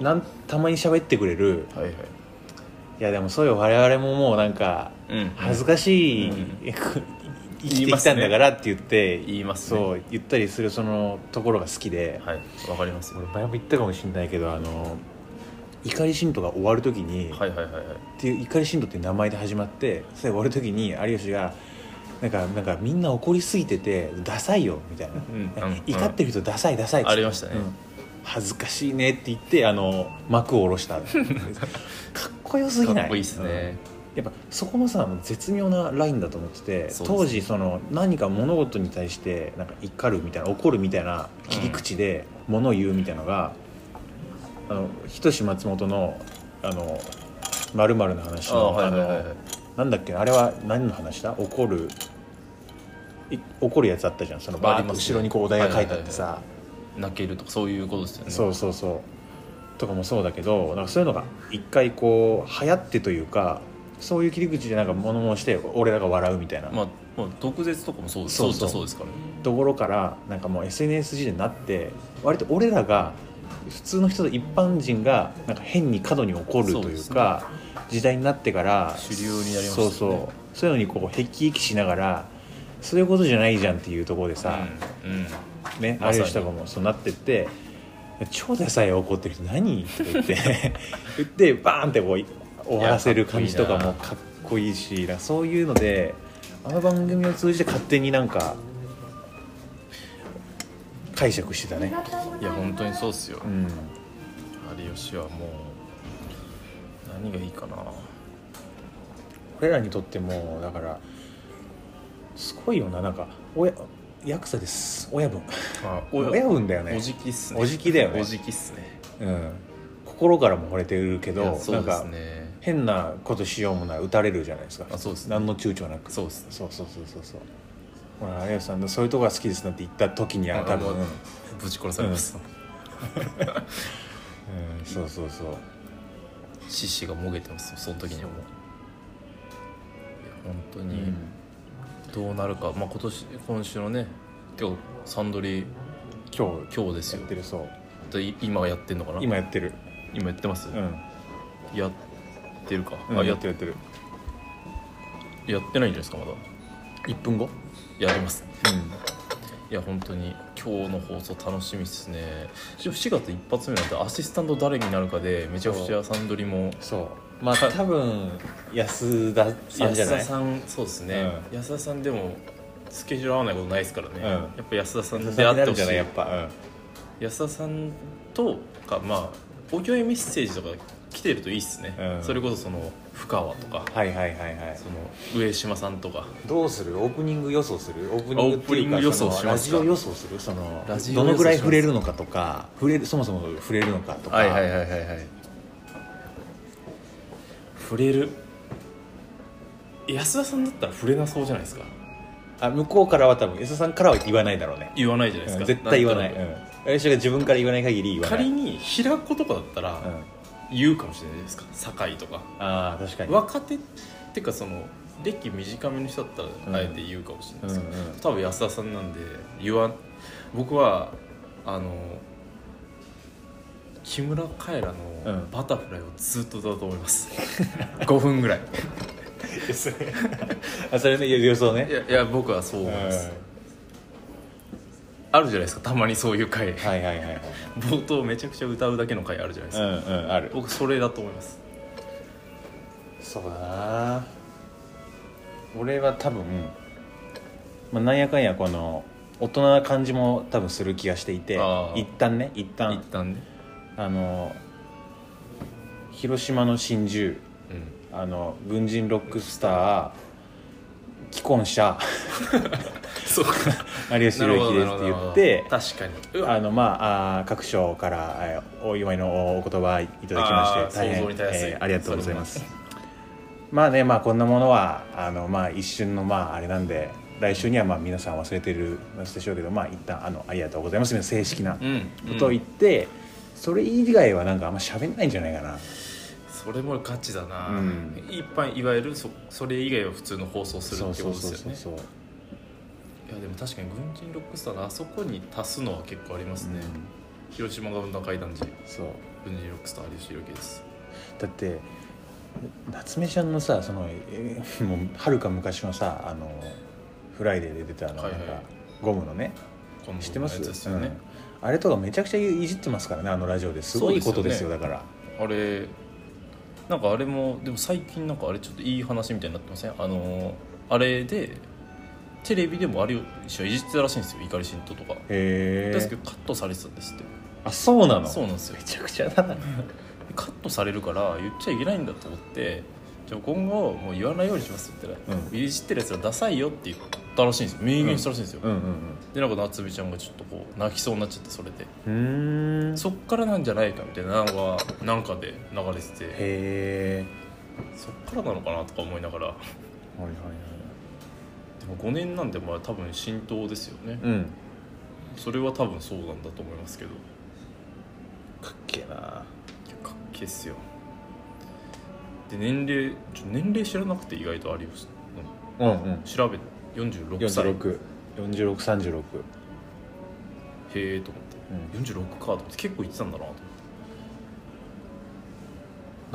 S1: なんたまに喋ってくれる
S2: はいはい
S1: いやでもそうよ我々ももうなんか
S2: うん
S1: 恥ずかしい、
S2: うん
S1: 生きてきたんだからって言って
S2: 言いますね
S1: そう言ったりするそのところが好きで、
S2: はいわかりますよ
S1: 俺前も言ったかもしれないけどあの怒り神道が終わる時に、
S2: はいはいはいはい
S1: っていう怒り神道っていう名前で始まってそれ終わる時に有吉がなんかなんかみんな怒りすぎててダサいよみたいな、
S2: うんうん
S1: 怒ってる人ダサいダサいっつ
S2: ありましたね
S1: うん恥ずかしいねって言ってあの幕を下ろ
S2: *laughs*
S1: したかっこよすぎない
S2: かっこいいですね、
S1: うんやっぱそこもさ絶妙なラインだと思ってて、
S2: そうです
S1: 当時その何か物事に対してなんか怒るみたいな怒るみたいな切り口で物を言うみたいなのが、あの仁松本の「あのまるの話
S2: ああ
S1: の
S2: はい
S1: あ
S2: はいはいは
S1: の
S2: い
S1: なんだっけあれは何の話だ怒るい怒るやつあったじゃんそのバ
S2: あ
S1: ー
S2: り
S1: ッ
S2: ま
S1: と
S2: すね
S1: 後ろにこうお題が書いてあってさ、
S2: は泣けるとかそういうことですよね
S1: そうそうそうとかもそうだけどなんかそういうのが一回こう流行ってというかそういう切り口でなんか物申して俺らが笑うみたいな、
S2: まあ、まあ、毒舌とかもそうです
S1: そ
S2: そうう
S1: そう
S2: そうそうですからね
S1: ところからなんかもう SNS 時代になって割と俺らが普通の人と一般人がなんか変に過度に怒ると
S2: そう
S1: い
S2: で
S1: う
S2: す
S1: か時代になってから
S2: 主流になりました
S1: そ
S2: よ
S1: う
S2: ね
S1: そうそういうのにこうへきへきしながらそういうことじゃないじゃんっていうところでさ、
S2: うん、うん
S1: ね、
S2: まさに
S1: 有吉とかもそうなってって「超ダサいよ怒ってる人何?」とか言って言
S2: *laughs*
S1: ってバーンってこう終わらせる感じとかもかっこいいしなんかそういうのであの番組を通じて勝手になんか解釈してた
S3: あり
S1: ね
S3: が。とうございます。
S2: いや本当にそうっすよ、
S1: うん
S2: 有吉はもう何がいいかな
S1: 俺らにとってもだからすごいよななんか親ヤクザです親分
S2: あ
S1: 親分だよね
S2: おじきっすね
S1: おじきだよね
S2: おじきっすね
S1: うん、心からも惚れてるけ
S2: い
S1: ど、
S2: やそ
S1: な
S2: うんで
S1: か
S2: すね
S1: 変なことしようもない打たれるじゃないですか
S2: あそうですね
S1: 何の躊躇なく
S2: そうですね
S1: そうそうそうそうそうほら有吉さんのそういうとこが好きですなって言った時には多分、
S2: あ
S1: う
S2: も
S1: ん
S2: う、ぶち殺されます、
S1: そうそうそう
S2: 獅子がもげてますその時にはもういや本当
S1: う
S2: に、
S1: ん
S2: どうなるか、まあ、今年今週のね今日サンドリ
S1: 今日
S2: 今日です
S1: や
S2: よ
S1: ってるそう
S2: でい今やってんのかな
S1: 今やってる
S2: 今やってます、
S1: うん、
S2: やってるか、
S1: うん
S2: あや
S1: やっ
S2: っ
S1: る
S2: て
S1: やってる
S2: やってないんじゃないですかまだ
S1: 1分後
S2: やります
S1: うん
S2: いや本当に今日の放送楽しみですねでも4月一発目なんてアシスタント誰になるかでめちゃくちゃサンドリも
S1: そうまあ多分安田さんじゃ
S2: 安
S1: な
S2: 田
S1: い
S2: さんそうですね、安田さんでもスケジュール合わないことないですからね、
S1: ん
S2: やっぱ安田さん
S1: 安
S2: に
S1: 田
S2: 出
S1: さ
S2: 会
S1: んにな
S2: って
S1: る
S2: ほ
S1: ん
S2: し
S1: じゃない
S2: い
S1: やっぱ、
S2: 安田さんとかまあお共演メッセージとか来てるといいっすね、
S1: うん
S2: それこそその深川とか
S1: うん、はいはいはいはい
S2: その上島さんとか
S1: どうするオープニング予想するオープニングっていう
S2: オープニン
S1: か
S2: グ予想
S1: そ
S2: し
S1: のラ
S2: ます
S1: ジ
S2: か
S1: オ予想するその
S2: ラジオ
S1: どのぐらい
S2: 予想します
S1: 触れるのかとか触れるそもそも触れるのかとか、
S2: いはいはい触れる安田さんだったら触れなそうじゃないですか
S1: あ向こうからは多分安田さんからは言わないだろうね、
S2: 言わないじゃないです
S1: う
S2: か、
S1: ん絶対言わない
S2: んとく
S1: うん、私が自分から言わない限り言わない
S2: 仮に平子とかだったら
S1: うん、
S2: 言うかもしれないですか酒井とか
S1: ああ確かに、
S2: 若手っていうかその歴短めの人だったらあえて言うかもしれないですけど、
S1: うんうん
S2: 多分安田さんなんで言わん僕はあの木村カエラ
S1: う
S2: の
S1: ん
S2: バタフライをずっと歌うと思います、5分ぐらい
S1: *laughs* あそれね予想
S2: い
S1: ね、
S2: やいや僕はそう
S1: うん
S2: 思い
S1: は
S2: ま
S1: い
S2: す、あるじゃないですかたまにそういう回
S1: はいはいはい
S2: 冒頭めちゃくちゃ歌うだけの回あるじゃないで
S1: う
S2: すか、
S1: んうんある
S2: 僕それだと思います
S1: そうだな俺は多分、まあ、なんやかんやこの大人な感じも多分する気がしていて
S2: あー
S1: 一旦ね一旦
S2: 一旦ね
S1: あの広島の真珠 *laughs*
S2: うん
S1: あの軍人ロックスター既婚
S2: *laughs*
S1: 者
S2: そうか
S1: *laughs* 有吉弘行ですって言って
S2: 確かにうわ
S1: あのまああー各所からえーお祝いのお言葉いただきまして
S2: あー
S1: 大変
S2: 想像に耐えやすい
S1: えーありがとうございますまあねまあこんなものはあのまあ一瞬のまああれなんで来週にはまあ皆さん忘れてる話でしょうけどまあ一旦あのありがとうございます正式な
S2: うん、
S1: ことを言って、それ以外はなんかあんま喋んないんじゃないかな
S2: うんそれもガチだな、
S1: うん
S2: 一般いわゆるそそれ以外は普通の放送する
S1: そう
S2: ってこ
S1: そ
S2: と
S1: う
S2: ですよ
S1: そ
S2: ね
S1: うそうそう
S2: いやでも確かに軍人ロックスターのあそこに足すのは結構ありますね、
S1: うん
S2: 広島が生んだ階段時
S1: そう
S2: 軍人ロックスター有吉弘行です
S1: だって夏目ちゃんのさそのえ *laughs* ーもうはるか昔のさあの「フライデー」で出たあの
S2: は
S1: ないん
S2: はい
S1: かゴムのね
S2: この
S1: 知ってま
S2: や
S1: す
S2: つですよね、
S1: うんあれとかめちゃくちゃいじってますからねあのラジオですごいことですよ
S2: そ
S1: だ
S2: う
S1: から
S2: あれなんかあれもでも最近なんかあれちょっといい話みたいになってませんあのーあれでテレビでもあれを一緒にいじってたらしいんですよ怒り神ととか、
S1: へ
S2: ですけ
S1: え
S2: どカットされてたんですって
S1: あそうなの
S2: そうなんですよ
S1: めちゃくちゃだな
S2: カットされるから言っちゃいけないんだと思ってじゃあ今後もう言わないようにしますって言ったら、
S1: うん
S2: いじってるやつらダサいよって言ったらしいんですよ明言したらしいんですよ、
S1: うんうん
S2: でなんか夏美ちゃんがちょっとこう泣きそうになっちゃってそれで
S1: うんうーん
S2: そっからなんじゃないかみたいなのがなんかで流れてて
S1: へえ
S2: そっからなのかなとか思いながら
S1: はいはいはい
S2: でも5年なんでまあ多分浸透ですよね、
S1: うん
S2: それは多分そうなんだと思いますけどい
S1: かっけえな
S2: やかっけえっすよで年齢ちょ年齢知らなくて意外と有吉の
S1: うんうん
S2: 調べ46歳へ
S1: 4646
S2: えと思っ
S1: うん
S2: て46かと思って結構言ってたんだなと思っ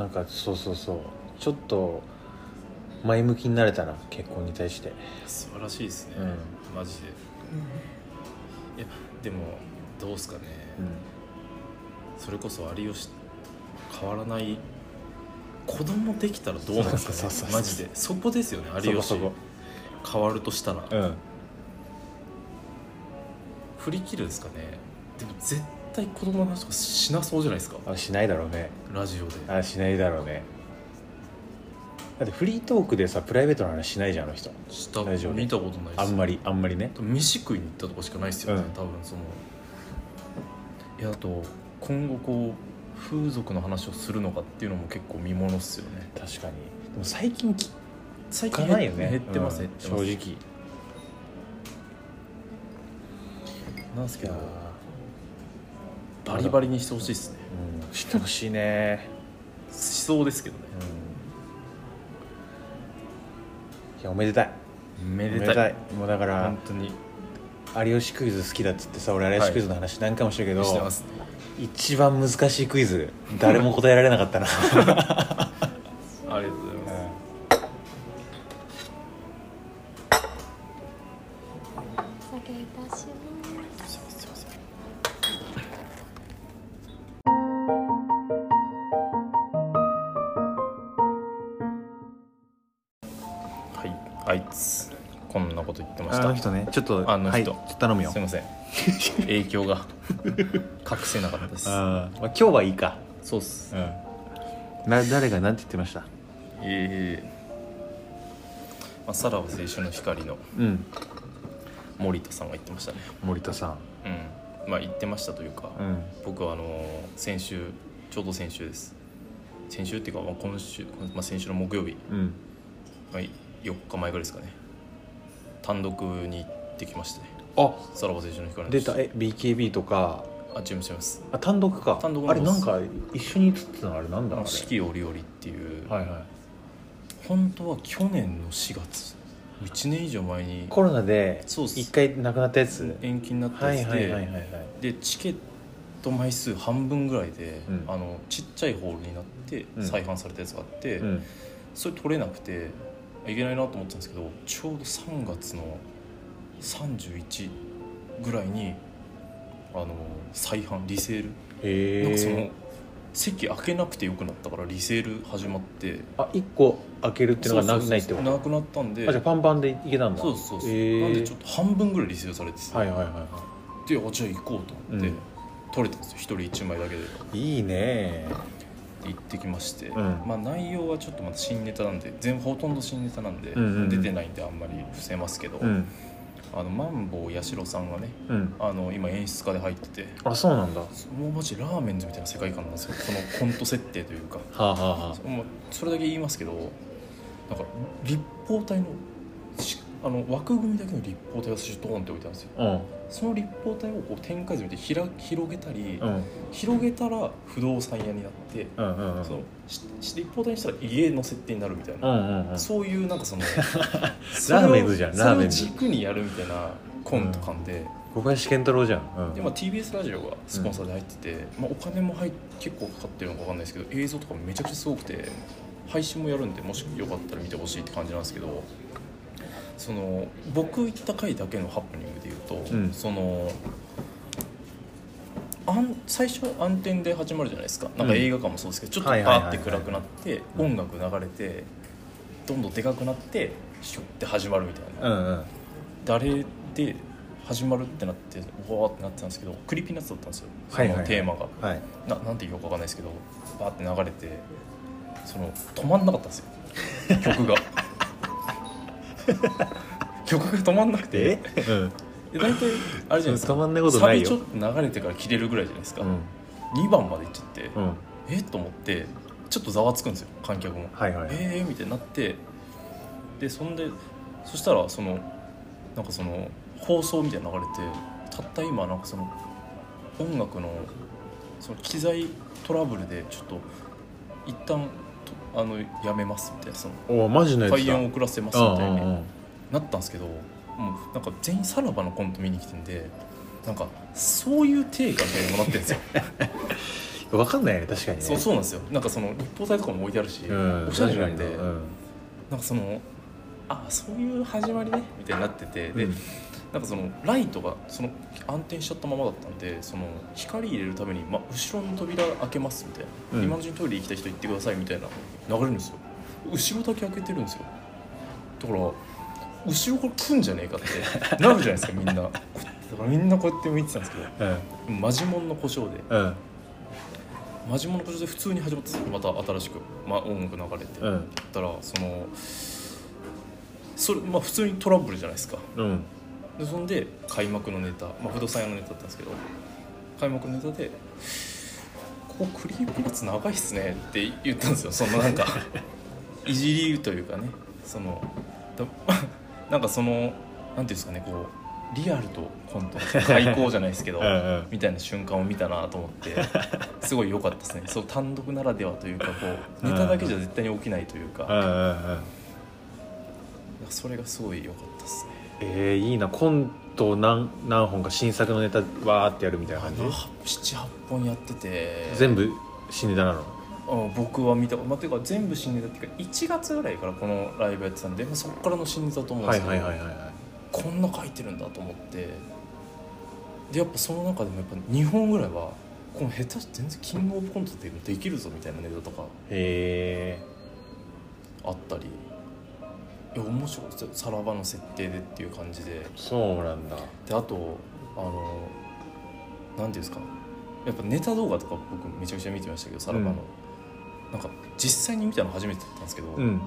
S2: て
S1: なんかそうそうそうちょっと前向きになれたな結婚に対して
S2: いや素晴らしいですね、
S1: う
S2: マジでいやでもどうっすかね、
S1: う
S2: それこそ有吉変わらない子供できたらどうなんですかね
S1: そうそうそうそう
S2: マジでそこですよね
S1: ん
S2: 有吉
S1: そこ
S2: 変わるとしたら、
S1: そこうん
S2: 振り切るんですかねでも絶対子供の話とかしなそうじゃないですか
S1: あしないだろうね
S2: ラジオで
S1: あしないだろうねだってフリートークでさプライベートの話しないじゃんあの人
S2: した
S1: ラジオで
S2: 見たことないです
S1: あんまりあんまりね
S2: 飯食いに行ったとかしかないですよね、
S1: うん
S2: 多分そのいやあと今後こう風俗の話をするのかっていうのも結構見ものっすよね
S1: 確かにでも最近聞
S2: 最
S1: か
S2: 近
S1: ないよね
S2: 減ってます、
S1: うん
S2: 減ってます
S1: 正直い
S2: なんですけ
S1: や
S2: ど
S1: ー
S2: バリバリにしてほしいですね
S1: うんしてほしいね
S2: しそうですけどね
S1: うんいやおめでたい
S2: め
S1: お
S2: でたい
S1: もうだから
S2: 本当に
S1: 有吉クイズ好きだっつってさ俺有吉クイズの話何回もしてるけど、
S2: してます
S1: 一番難しいクイズ誰も答えられなかった *laughs* な、
S2: ありがとうございます、
S3: 失礼いたします
S2: すいませんすいませんはいあいつこんなこと言ってましたす
S1: ねちょっと
S2: あの人
S1: はい、ちょっと頼むよ
S2: いませ
S1: *laughs*
S2: ん影響が隠せなかったです
S1: あーまあ、今日はいいか、
S2: そうっす
S1: な誰が何て言ってました
S2: ええまあ、さらば青春の光の
S1: うん
S2: 森田さんが言ってましたね
S1: 森田さ
S2: うんまあ言ってましたというか、
S1: んうん
S2: 僕はあの先週ちょうど先週です先週っていうか、まあ、今週、まあ、先週の木曜日、
S1: うん
S2: まあ、4日前ぐらいですかね単独に行ってきまして
S1: あ
S2: さらば青春の光の
S1: 出たえ BKB とか
S2: あ違います違います
S1: あ単独か
S2: 単独
S1: あれ
S2: の方
S1: な
S2: で
S1: ん
S2: す
S1: か一緒に映ってたのあれなんだ
S2: あ
S1: あ
S2: の
S1: れ
S2: 四季折々っていう、
S1: はいはい
S2: 本当は去年の4月1年以上前に
S1: コロナで
S2: そうっす
S1: 一回なくなったやつ
S2: 延期になった
S1: は
S2: や
S1: い
S2: つで、
S1: はいはいはいはい
S2: でチケット枚数半分ぐらいで、
S1: うん
S2: あのちっちゃいホールになって
S1: うん
S2: 再販されたやつがあって、
S1: うん
S2: それ取れなくていけないなと思ってたんですけどちょうど3月の31ぐらいにあの再販リセール、
S1: へ
S2: なんかその
S1: え
S2: 席開けなくてよくなったからリセール始まって
S1: あ一個開けるっていうのがな
S2: そうそうそう
S1: ないってこと
S2: なくなったんで
S1: あじゃあパンパンでいけたんだ
S2: そうそうそう、
S1: へー
S2: なんでちょっと半分ぐらいリセールされてて、
S1: はいはいはいは
S2: であじゃあ行こうと思って、
S1: うん
S2: 取れたんですよ一人1枚だけで
S1: いいいね
S2: 行ってきまして、
S1: ん
S2: まあ内容はちょっとまだ新ネタなんで全ほとんど新ネタなんで、
S1: うんうんうん
S2: 出てないんであんまり伏せますけど、
S1: うん
S2: あのマンボウ八代さんがね
S1: うん
S2: あの今演出家で入ってて
S1: あそうなんだは
S2: もうマジラーメンズみたいな世界観なんですよこのコント設定というか
S1: あはあはあ
S2: もうそれだけ言いますけどなんか立方体のしあの枠組みだけの立方体が最初ドーンって置いてあるんですよ
S1: うん
S2: その立方体をこう展開図見てひら広げたり、
S1: うん
S2: 広げたら不動産屋になって、
S1: うんうんうん
S2: そのしし立方体にしたら家の設定になるみたいな、
S1: うんうんうん
S2: そういうなん
S1: *laughs*
S2: かそのそ
S1: ラーメ
S2: れ
S1: ン
S2: を
S1: ズじゃん
S2: それ
S1: ラーメ
S2: を
S1: ンズ
S2: 軸にやるみたいなコント感で、
S1: 小林健太郎じゃん
S2: でまあ TBS ラジオがスポンサーで入ってて、まあ、お金も入っ結構かかってるのかわかんないですけど映像とかめちゃくちゃすごくて配信もやるんでもしよかったら見てほしいって感じなんですけどその僕行った回だけのハプニングで言うと、
S1: うん
S2: そのあん最初暗転で始まるじゃないですかなんか映画館もそうですけど、ちょっと
S1: は
S2: パ
S1: いはいはい
S2: ーって暗くなって、
S1: うん
S2: 音楽流れてどんどんでかくなってシュッて始まるみたいな。
S1: うんうんうん
S2: 誰で始まるってなってうわーってなってたんですけどクリーピーナッツだったんですよそ
S1: はいはい
S2: の
S1: はい
S2: テーマが、
S1: はい
S2: ななんて言うかわかんないですけどバーって流れてその止まんなかったんですよ
S1: *laughs*
S2: 曲が曲が止まんなくて
S1: うん
S2: で大体あれじゃないですか
S1: 止まんないことないよ
S2: サビちょっと流れてから切れるぐらいじゃないですか、
S1: うん
S2: 2番までいっちゃって、
S1: うん
S2: えっと思ってちょっとざわつくんですよ観客も
S1: はいはいはい
S2: ええー、みたいになってでそんでそしたらそのなんかその放送みたいなの流れてたった今なんかその音楽のその機材トラブルでちょっと一旦とあのやめますみたいなその
S1: おマジのやつだ
S2: 開演を遅らせますみたいになったんですけどもうなんか全員さらばのコント見に来てんでなんかそういう定価みたいにもなって
S1: *laughs*
S2: るんですよ
S1: 分かんないね確かにね
S2: そうそうなんですよなんかその立方体とかも置いてあるし、
S1: うん
S2: おしゃれなん
S1: 確か
S2: で。
S1: にうん
S2: なんかそのあそういう始まりねみたいになっててで、
S1: うん
S2: なんかそのライトがその暗転しちゃったままだったんでその光入れるために、ま、後ろの扉開けますみたいな、
S1: うん
S2: 今のうちにトイレ行きたい人行ってくださいみたいな流れるんですよ後ろだけ開けてるんですよだから後ろから来んじゃねえか
S1: *laughs*
S2: ってなるじゃないですかみんなだからみんなこうやって見てたんですけど
S1: うん
S2: マジモンの故障で
S1: うん
S2: マジモンの故障で普通に始まったんですよまた新しく、ま、音楽流れて、
S1: うん
S2: だったらそのそれまあ普通にトラブルじゃないですか
S1: うん
S2: でそんで開幕のネタ、まあ、不動産屋のネタだったんですけど開幕のネタで「ここクリーピーナッツ長いっすね」って言ったんですよそのなんかいじりというかねそのだ *laughs* なんかそのなんていうんですかねこうリアルとコントの開口じゃないですけ
S1: *laughs*
S2: ど
S1: うんうん
S2: みたいな瞬間を見たなと思ってすごい良かったですねそう単独ならではというかこうネタだけじゃ絶対に起きないというか
S1: うんうんうん
S2: それがすごい良かったですね
S1: えー、いいなコント何何本か新作のネタわーってやるみたいな感じ
S2: 78本やってて
S1: 全部新ネタなの
S2: うん僕は見たまあ、というか全部新ネタっていうか1月ぐらいからこのライブやってたんで、まあ、そこからの新ネタだと思うんで
S1: はい
S2: すけど、
S1: はいはいはいは
S2: こんな書いてるんだと思ってでやっぱその中でもやっぱ2本ぐらいはこの下手し全然キングオブコントでできるぞみたいなネタとか
S1: いへ
S2: あったりいや面白いですよさらばの設定でっていう感じで
S1: ー、そうなんだ
S2: であとあのなんていうんですかやっぱネタ動画とか僕めちゃくちゃ見てましたけどさらばの、なんか実際に見たの初めてだったんですけど、
S1: うん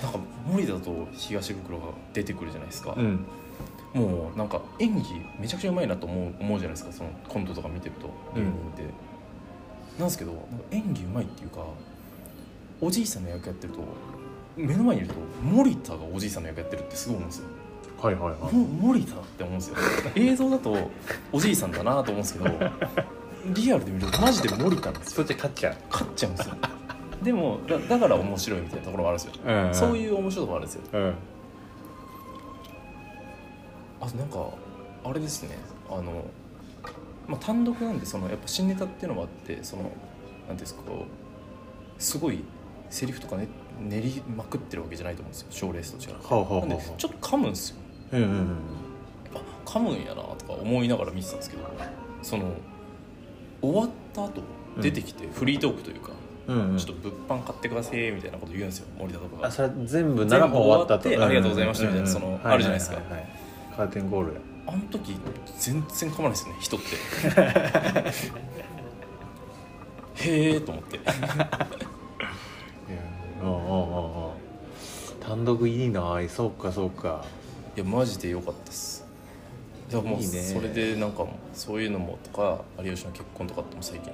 S2: なんか森田と東袋が出てくるじゃないですか、
S1: うん
S2: もうなんか演技めちゃくちゃうまいなと思う思うじゃないですかそのコントとか見てると
S1: うん
S2: 芸人って、なんですけどなんか演技うまいっていうかおじいさんの役やってると目の前にいると森田がおじいさんの役やってるってすごい思うんですよ
S1: はいはいは
S2: も
S1: い
S2: 森田って思うんですよ *laughs* 映像だとおじいさんだなと思うんですけどリアルで見るとマジで森田なんですよ
S1: っち勝っちゃ
S2: 勝っちゃうんですよ *laughs* でもだだから面白いみたいなところがあるんですよ、
S1: う、うんん、
S2: そういうう面白いところあるんですよ
S1: うん
S2: あとなんかあれですねあの、まあ、単独なんでそのやっぱ新ネタっていうのもあってそのなんていうんですかこうすごいセリフとかね練りまくってるわけじゃないと思うんですよ賞レースと違う
S1: はあはあはあ
S2: なんでちょっと噛むんですよ
S1: うんうんうん
S2: あ噛むんやなとか思いながら見てたんですけどその終わった後
S1: うん
S2: 出てきてフリートークというか、
S1: うんうん
S2: ちょっと物販買ってくださいみたいなこと言うんですよ森田とか
S1: あ
S2: が
S1: それ全部7本終わったと
S2: 全部終わってありがとうございましたみたいなそのあるじゃないですか
S1: はははいカーテンゴール
S2: あの時全然噛まないですね
S1: *laughs*
S2: 人ってへえと思って
S1: うんうんうんうん単独いいなあそうかそうか
S2: いやマジで良かったっすだからもう
S1: いい
S2: い
S1: ね
S2: それでなんかそういうのもとか有吉の結婚とかっても最近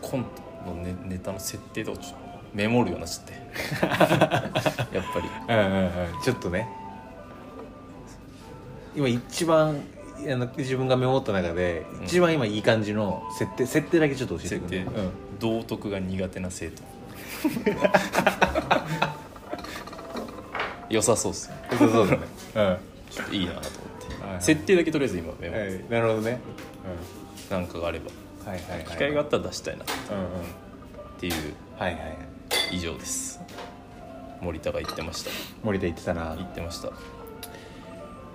S2: コントのネネタの設定とかちょっと
S1: *laughs*
S2: メモるようになっちゃってやっぱり
S1: うんうんうんちょっとね今一番あの自分がメモった中で
S2: うん
S1: 一番今いい感じの設定、設定だけちょっと教えてくれる
S2: 設定道徳が苦手な生
S1: *laughs*
S2: 徒良さそうっすね
S1: うん、そうそうだね、うんは
S2: ちょっといいなと思って、
S1: はいはい
S2: 設定だけとりあえず今メモ、
S1: い、なるほどね、
S2: なんかがあれば
S1: うん、はいはいはい
S2: 機会があったら出したいなっ
S1: うんうん
S2: ていう
S1: はいはいはい
S2: 以上です森田が言ってました
S1: 森田言ってたな
S2: 言ってました
S1: い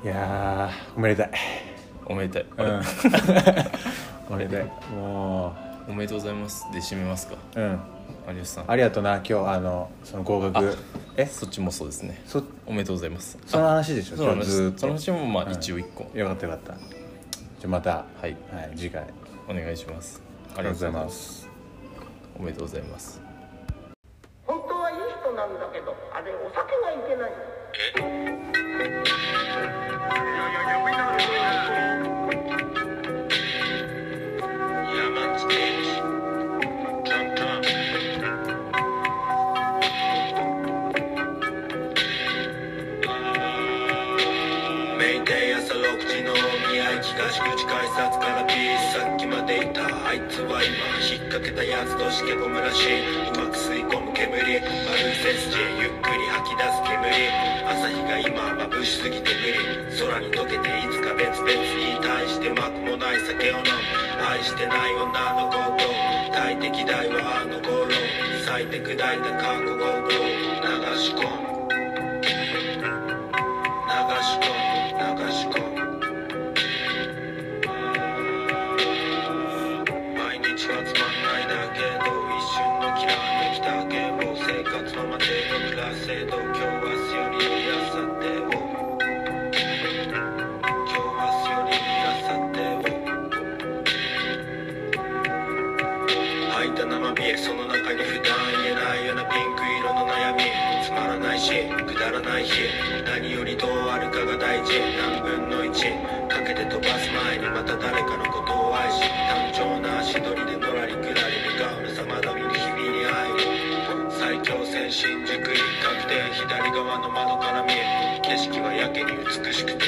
S1: やーおめでたい
S2: おめでたい、
S1: う
S2: あれ
S1: ん *laughs* おめでたいも
S2: おめでとうございますで締めますか
S1: ううん
S2: 有吉さん
S1: ありがとうな今日あのその合格
S2: あ
S1: え
S2: そっちもそうですね
S1: そ
S2: おめでとうございます
S1: その話でしょ
S2: あそうなん
S1: 今
S2: で
S1: 日ずーっ
S2: す
S1: と
S2: その話もま
S1: は
S2: あ
S1: い
S2: 一応一個、
S1: よかったよかったじゃあまた、
S2: はい
S1: はい、次回あり
S2: お願いしますあ
S1: がとうございます
S2: おめでとうございます
S4: 本当はいい人なんだけどあれお酒がいけない
S5: メイデイ朝6時の宮駅東口改札からピースさっきまでいたあいつは今引っ掛けたやつとしけ込むらしいうまく吸い込む煙丸い背筋ゆっくり吐き出す煙朝日が今眩しすぎて無理空に溶けていつか別々に対してまくもない酒を飲む愛してない女の子と大敵代はあの頃咲いて砕いた韓国語と流し込む流し込む流し込む毎日はつまんないだけど一瞬のきらめきだけもう生活のまでの暮らせど今日明日より明後日を今日明日より明後日を吐いた生ビールその中に普段言えないようなピンク色の悩みつまらないしくだらない日何よりどうあるかが大事何分の1かけて飛ばす前にまた誰かのことを愛し単調な足取りでのらりくらり向かうのさまだ見る日々に会う最強線新宿一角で左側の窓から見える景色はやけに美しくて